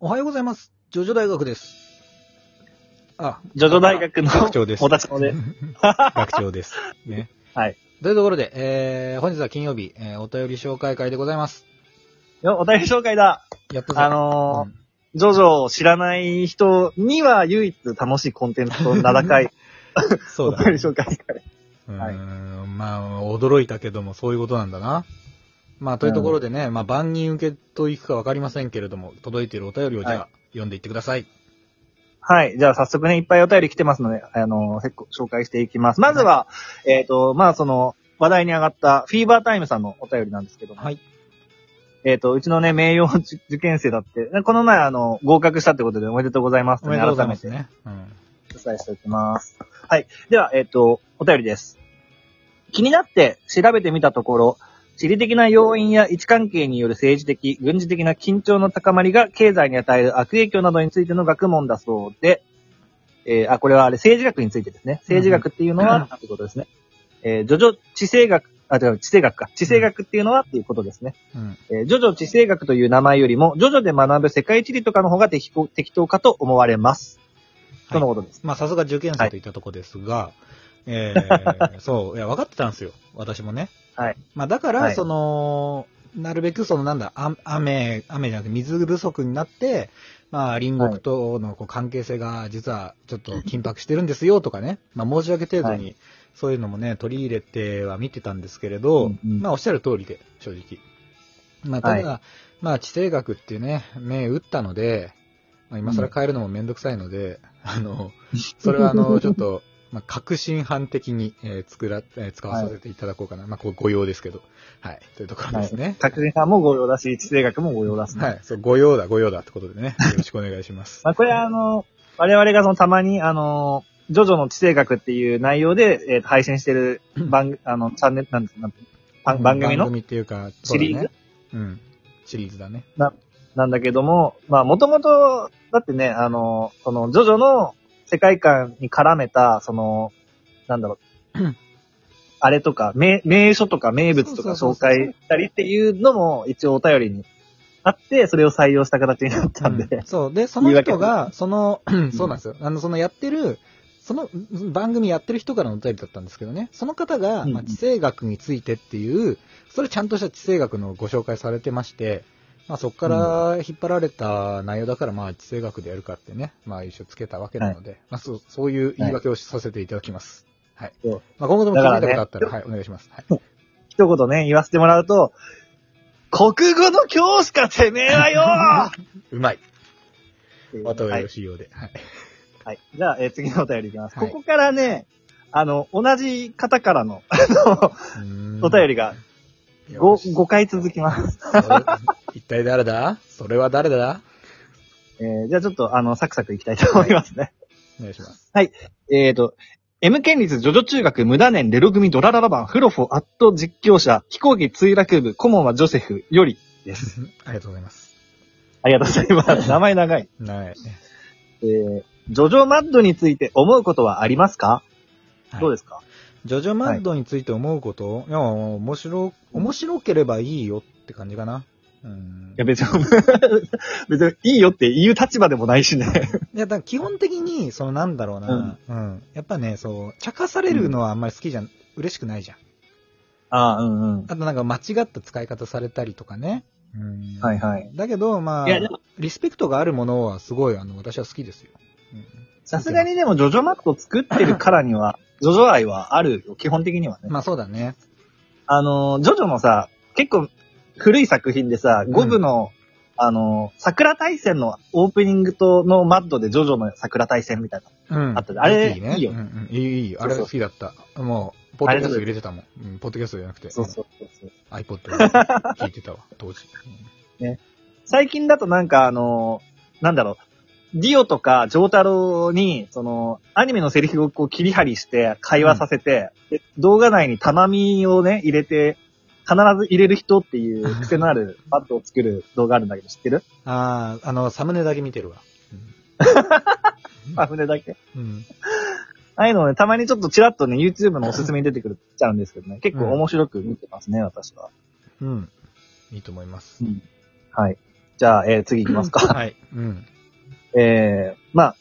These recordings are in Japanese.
おはようございます。ジョジョ大学です。あ、ジョジョ大学の学長ですお立ちので。学長です。ね。というところで、えー、本日は金曜日、えー、お便り紹介会でございます。よお便り紹介だ。やったぜ。あのうーん、ジョジョを知らない人には唯一楽しいコンテンツと名 高いそおうだ。便り紹介会。うはいーん、まあ、驚いたけども、そういうことなんだな。まあ、というところでね、まあ、万人受けといくかわかりませんけれども、届いているお便りをじゃあ、は読んでいってください。はい。じゃあ早速ね、いっぱいお便り来てますので、あのー、せっこ紹介していきます。まずは、えっ、と、まあその、話題に上がったフィーバータイムさんのお便りなんですけども、はい。えっ、と、うちのね、名誉受受験生だって、この前あの、合格したってことでおめでとうございます、おめでとうございます改めてね。うん。お伝えしておきます。はい。では、えっ、と、お便りです。気になって調べてみたところ、地理的な要因や位置関係による政治的、軍事的な緊張の高まりが経済に与える悪影響などについての学問だそうで、えーあ、これはあれ、政治学についてですね。政治学っていうのは、ってことですね。えー、ジョジョ地政学、あ、違う、地政学か。地政学っていうのはっていうことですね。うん。えージョジョ地政学という名前よりも、ジョジョで学ぶ世界地理とかの方が適当適当かと思われます。とのことです。まあ、さすが受験生といったとこですが、え ー、そう、いや、分かってたんですよ。私もね。はい。まあ、だから、はいその、なるべく、その、なんだ、あ雨、雨じゃなくて水不足になって、まあ、隣国とのこう関係性が、実は、ちょっと緊迫してるんですよ、とかね。まあ、申し訳程度はに、そういうのもね、取り入れては見てたんですけれど、うんうんまあ、おっしゃる通りで、正直。まあ、ただ、まあ、地政学っていうね、目打ったので、まあ、今更変えるのもめんどくさいので、 あ の、それはあの、ちょっと、まあ、革新犯的に、えー作ら、えー使わさせていただこうかな。まあ、こう、ご用ですけど。はい。というところですね。確人さんもご用だし、地政学もご用だすね。はい。そう、ご用だ、ご用だってことでね。よろしくお願いします。まあ、これはあの、我々がそのたまにあの、ジョジョの地政学っていう内容で、えー配信してる番、あの、チャンネル、なんですなんて番 番組番の組っていうか、シリーズそうだねうん。シリーズだね。なんだけども、まあ、もともと、だってね、あの、その、ジョジョの世界観に絡めた、その、なんだろう、うんあれとか、名、名所とか名物とかそうそうそう紹そう介したりっていうのも、一応お便りにあって、それを採用した形になったんで、うんそう。で、その言い訳人が、そ の、そうなんですよ。あの、そのやってる、そのうん番組やってる人からのお便りだったんですけどね、その方が、うんまあ、地政学についてっていう、それちゃんとした地政学のご紹介されてまして、まあ、そこから引っ張られた内容だから、まあ、地政学でやるかってね、まあ、一緒つけたわけなので、まあ、そう、そういう言い訳をさせていただきます。はい。そうまあ、今後とも気づいたこだかとらねあったら、はい、お願いします。はい。 一言ね、言わせてもらうと、国語の教師かてめえはよ うまい。ーまたよはいろ。しいようで。はい。はい。じゃあ、えー次のお便りいきます。はいここからね、あの、同じ方からの お便りがり 5, 5回続きます。それ 一体誰だそれは誰だえーじゃあちょっと、あの、サクサクいきたいと思いますね。お願いします。えーと、M 県立ジョジョ中学無駄年レロ組ドラララ版フロフォアット実況者飛行機墜落部顧問はジョセフよりです。 ありがとうございます。ありがとうござい ます。名前長い。はい。えー、ジョジョマッドについて思うことはありますか、どうですかジョジョマッドについて思うこと、い、や、面白、面白ければいいよって感じかな。うん。いや、別に、 別にいいよって言う立場でもないしね。いや、だから基本的に、そのなんだろうな、うん、やっぱね、そう、茶化されるのはあんまり好きじゃん、嬉しくないじゃん。ああ、うんうん。あとなんか間違った使い方されたりとかね。うん。はいはい。だけど、まあいやで、リスペクトがあるものはすごい、あの、私は好きですよ。うんさすがにでもジョジョマッド作ってるからには、ジョジョ愛はあるよ、基本的にはね。まあそうだね。あのー、ジョジョのさ、結構古い作品でさ、うん五部の、あのー、桜大戦のオープニングとのマッドでジョジョの桜大戦みたいな。うん。あったあれいいね。いいようんうん、いい、いい。あそうそうれ好きだった。もう、ポッドキャスト入れてたもん。うん、ポッドキャストじゃなくて、そうそう。 iPod で聞いてたわ、 当時。最近だとなんかあのー、なんだろう、ディオとかジョータロに、その、アニメのセリフをこう切り張りして会話させて、で動画内に玉みをね、入れて、必ず入れる人っていう癖のあるバットを作る動画あるんだけど知ってるああ、あの、サムネだけ見てるわ。あ、船だけ。うん。うんああいうのね、たまにちょっとチラッとね、YouTube のおすすめに出てくるっちゃうんですけどね、結構面白く見てますね、私は。 うん。いいと思います。はい。じゃあ、えー次行きます か。はい。うん。えー、まあ、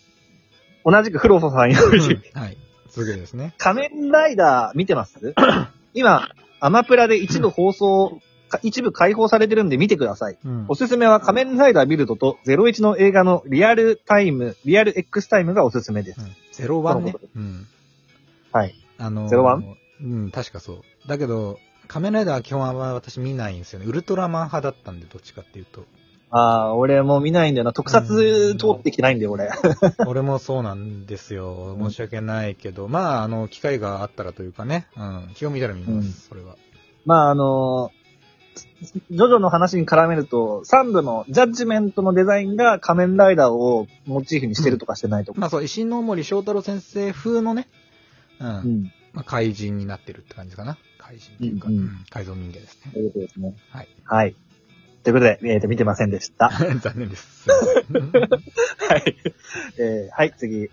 同じくフロソさんより、はい。続けてですね。仮面ライダー見てます 今、アマプラで一部放送、か一部解放されてるんで見てください。うんお。すすめは仮面ライダービルドと01の映画のリアルタイム、リアル X タイムがおすすめです。ゼロワンねこのこ。うん。はい。あのー、ゼロワンうん、確かそう。だけど、仮面ライダーは基本は私見ないんですよね。ウルトラマン派だったんで、どっちかっていうと。ああ、俺もう見ないんだよな。特撮通ってきてないんだよ、俺。 俺もそうなんですよ。うん申し訳ないけど、まあ、あの、機会があったらというかね、うん、気を見たら見ます、うんそれは。まあ、あのジョジョの話に絡めると、3部のジャッジメントのデザインが仮面ライダーをモチーフにしてるとかしてないとか。まあそう、石ノ森章太郎先生風のね、うん、うん。まあ、怪人になってるって感じかな。怪人っていうか、うんうんうん改造人間ですね。 ということですね。はい。はい。ということで、えーと、見てませんでした。は残念です。すいま せんい。えーはい、次。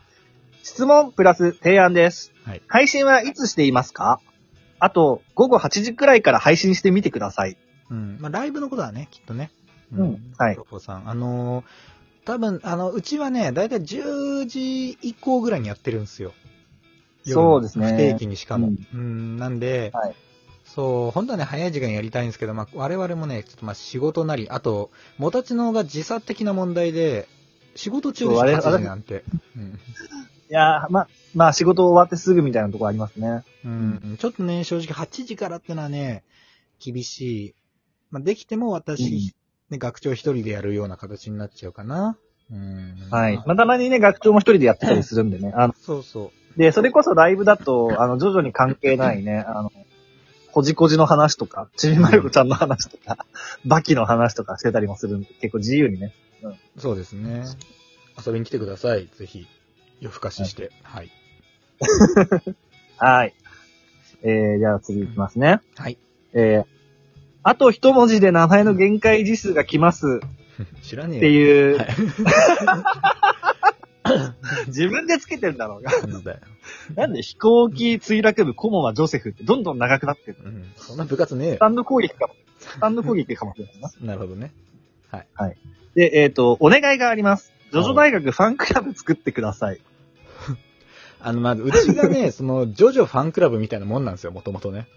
質問プラス提案です。はい配信はいつしていますかあと、午後8時くらいから配信してみてください。うん。まあ、ライブのことはね、きっとね。うんはいロコさん。あのー多分、あの、うちはね、だいたい10時以降ぐらいにやってるんですよ。夜のそうですね不定期にしかも。ううんん、なんで、はいそう、本当はね、早い時間やりたいんですけど、まあ、我々もね、ちょっとまあ、仕事なり、あと、もたちの方が時差的な問題で、仕事中でしょ、そう我々8時なんて。うんいやー、ま、まあ、仕事終わってすぐみたいなとこありますね。うん、ちょっとね、正直8時からってのはね、厳しい。まあ、できても私、ね、学長一人でやるような形になっちゃうかな。うん。はいま。あまあ、たまにね、学長も一人でやってたりするんでね。あの、そうそで、それこそライブだと、あの、徐々に関係ないね、あの、こじこじの話とか、ちびまる子ちゃんの話とか、バキの話とかしてたりもするんで、結構自由にね。う。そうですね。遊びに来てください、ぜひ。夜更かしして。はい。はい。えー、じゃあ次行きますね。はい。えー、あと一文字で名前の限界字数が来ます 知らねえってう。いう、はい自分でつけてるんだろうが。なんだよ。なんで飛行機墜落部顧問はジョセフってどんどん長くなってる。うん。そんな部活ねえスタよ。ンド攻撃かも。スタンド攻撃かもしれない な。なるほどね。で、えっ、と、お願いがあります。ジョジョ大学ファンクラブ作ってください。あの、まあ、うちが ね、その、ジョジョファンクラブみたいなもんなんですよ、もともとね。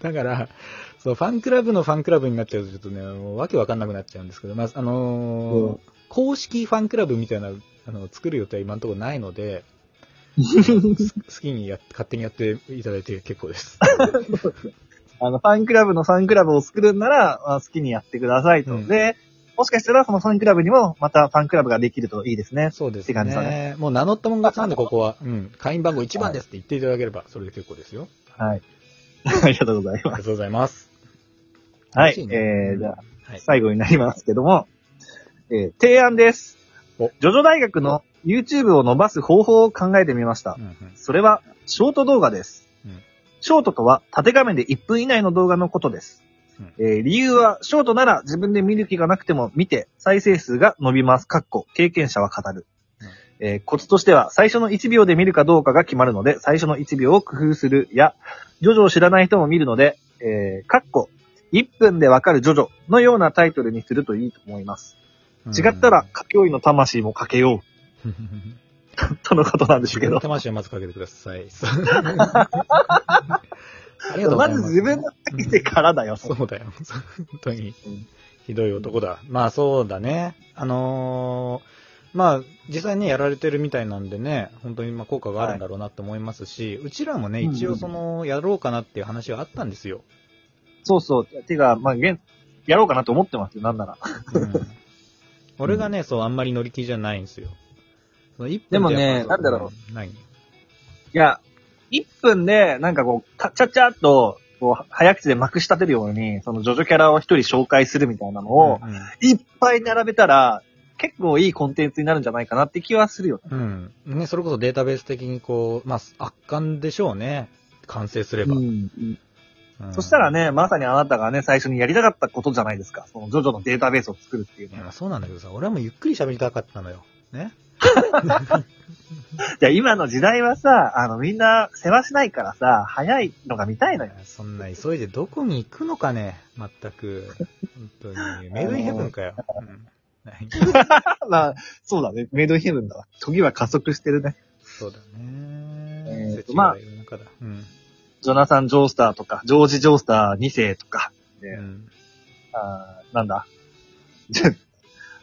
だから、そう、ファンクラブのファンクラブになっちゃうと、ちょっとね、もうわけわかんなくなっちゃうんですけど、まあ、あのーうん公式ファンクラブみたいな、あの、作る予定は今のところないの で、好きにや、勝手にやっていただいて結構です。あの、ファンクラブのファンクラブを作るんなら、まあ好きにやってくださいと。うんで、もしかしたらそのファンクラブにもまたファンクラブができるといいですね。そうですって感じだね。もう名乗ったもん勝ちなんで、ここは。うん。会員番号1番ですって言っていただければ、それで結構ですよ。はい。 ありがとうござあいります。がとうございます。はい。楽しえー、じゃあ、はい。最後になりますけども、えー、提案です。ジおョジョ大学の YouTube を伸ばす方法を考えてみましたう。んうんそれは、ショート動画です。うんショートとは、縦画面で1分以内の動画のことです。うんえー理由は、ショートなら自分で見る気がなくても見て、再生数が伸びます。かっこ、経験者は語る。えーコツとしては、最初の1秒で見るかどうかが決まるので、最初の1秒を工夫するや、ジョジョを知らない人も見るので、えー、かっこ、1分でわかるジョジョのようなタイトルにするといいと思います。違ったら、かけよいの魂もかけようん、う、 とのことなんですけど。魂をまずかけてくださ い。ありがとうございまます。ず自分の書いてからだよ、それそうだよ。本当にうん。ひどい男だ。まあそうだね。あのーまあ実際ね、やられてるみたいなんでね、本当にまあ効果があるんだろうなと思いますし、うちらもね、うんうん一応その、やろうかなっていう話はあったんですよ。そうそう。てか、まあ、現、やろうかなと思ってますよ、なん なら。うん、俺がね、そう、あんまり乗り気じゃないんですよ。その一で分もねってやっぱなんだろないいや、1分で、なんかこう、かちゃっちゃっと、こう、早口でまくし立てるように、そのジョジョキャラを一人紹介するみたいなのを、うんいっぱい並べたら、結構いいコンテンツになるんじゃないかなって気はするよ。うん。ね、それこそデータベース的にこう、まあ、圧巻でしょうね。完成すれば。うんそしたら、ね、まさにあなたがね、最初にやりたかったことじゃないですか。そのジョジョのデータベースを作るっていういのやは。まあそうなんだけどさ、俺はもうゆっくり喋りたかったのよ。ね。じゃあ今の時代はさ、あの、みんな、世話しないからさ、早いのが見たいのよ。 そんな急いでどこに行くのかね、まったく。本当に。メイドインヘブンかよ。うんない まあ、そうだね。メイドインヘブンだわ。時は加速してるね。そうだえーね。とまあ世知辛い世の中だうん。ジョナサン・ジョースターとか、ジョージ・ジョースター2世とか、ねうんあーなんだ。 じゃ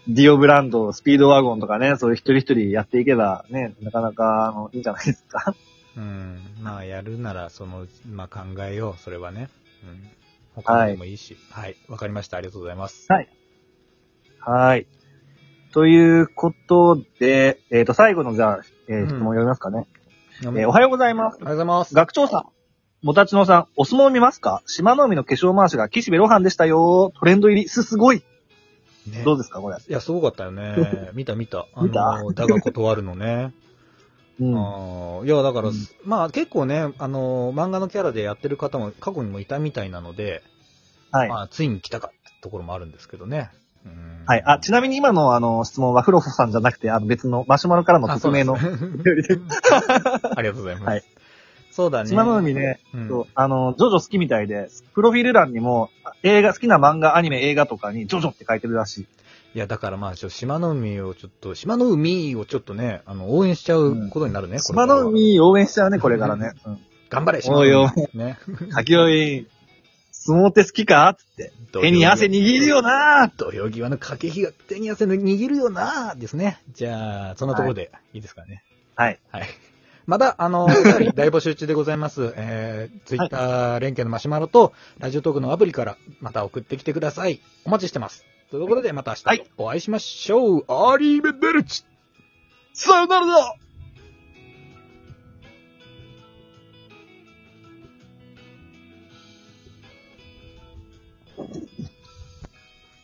ディオブランド、スピードワゴンとかね、そういう一人一人やっていけば、ね、なかなか、あの、いいんじゃないです か。うん。まあ、やるなら、その、まあ考えよう、それはね。うん。他でもいいし。はい。わ、かりました。ありがとうございます。はいはい。ということで、えっ、と、最後の、じゃあ、えーうん質問読みますかね、おえーおはようございます。おはようございます。学長さん、もたちのさん、お相撲見ますか島の海の化粧回しが岸辺露伴でしたよ。トレンド入り、す、すごい。ねどうですか、これ。いや、すごかったよ ね。見た見た。あ見たの、だが断るのね。うん。あーいや、だから、うんまあ結構ね、あの、漫画のキャラでやってる方も過去にもいたみたいなので、はい。まあついに来たかってところもあるんですけどね。うんはい。あ、ちなみに今のあの質問はフロフさんじゃなくて、あの別のマシュマロからのあ匿名の。そうなんです ありがとうございます。はいそうだね。島の海ね、うんそうあの、ジョジョ好きみたいで、プロフィール欄にも、映画、好きな漫画、アニメ、映画とかに、ジョジョって書いてるらしい。いや、だからまあ、ちょ島の海をちょっと、島の海をちょっとね、あの、応援しちゃうことになるね。これ島の海応援しちゃうね、これからね。うん。頑張れ、島の海おいおい ね。滝追い、相撲って好きかつって。手に汗握るよなー土曜際の駆け引きが手に汗の握るよなですね。じゃあ、そんなところでいいですかね。はい。はい。また、あ の、お便り大募集中でございます。えー、ツイッター連携のマシュマロと、ラジオトークのアプリから、また送ってきてください。お待ちしてます。ということで、また明は日お会いしましょう。アリーベデルチさよならだ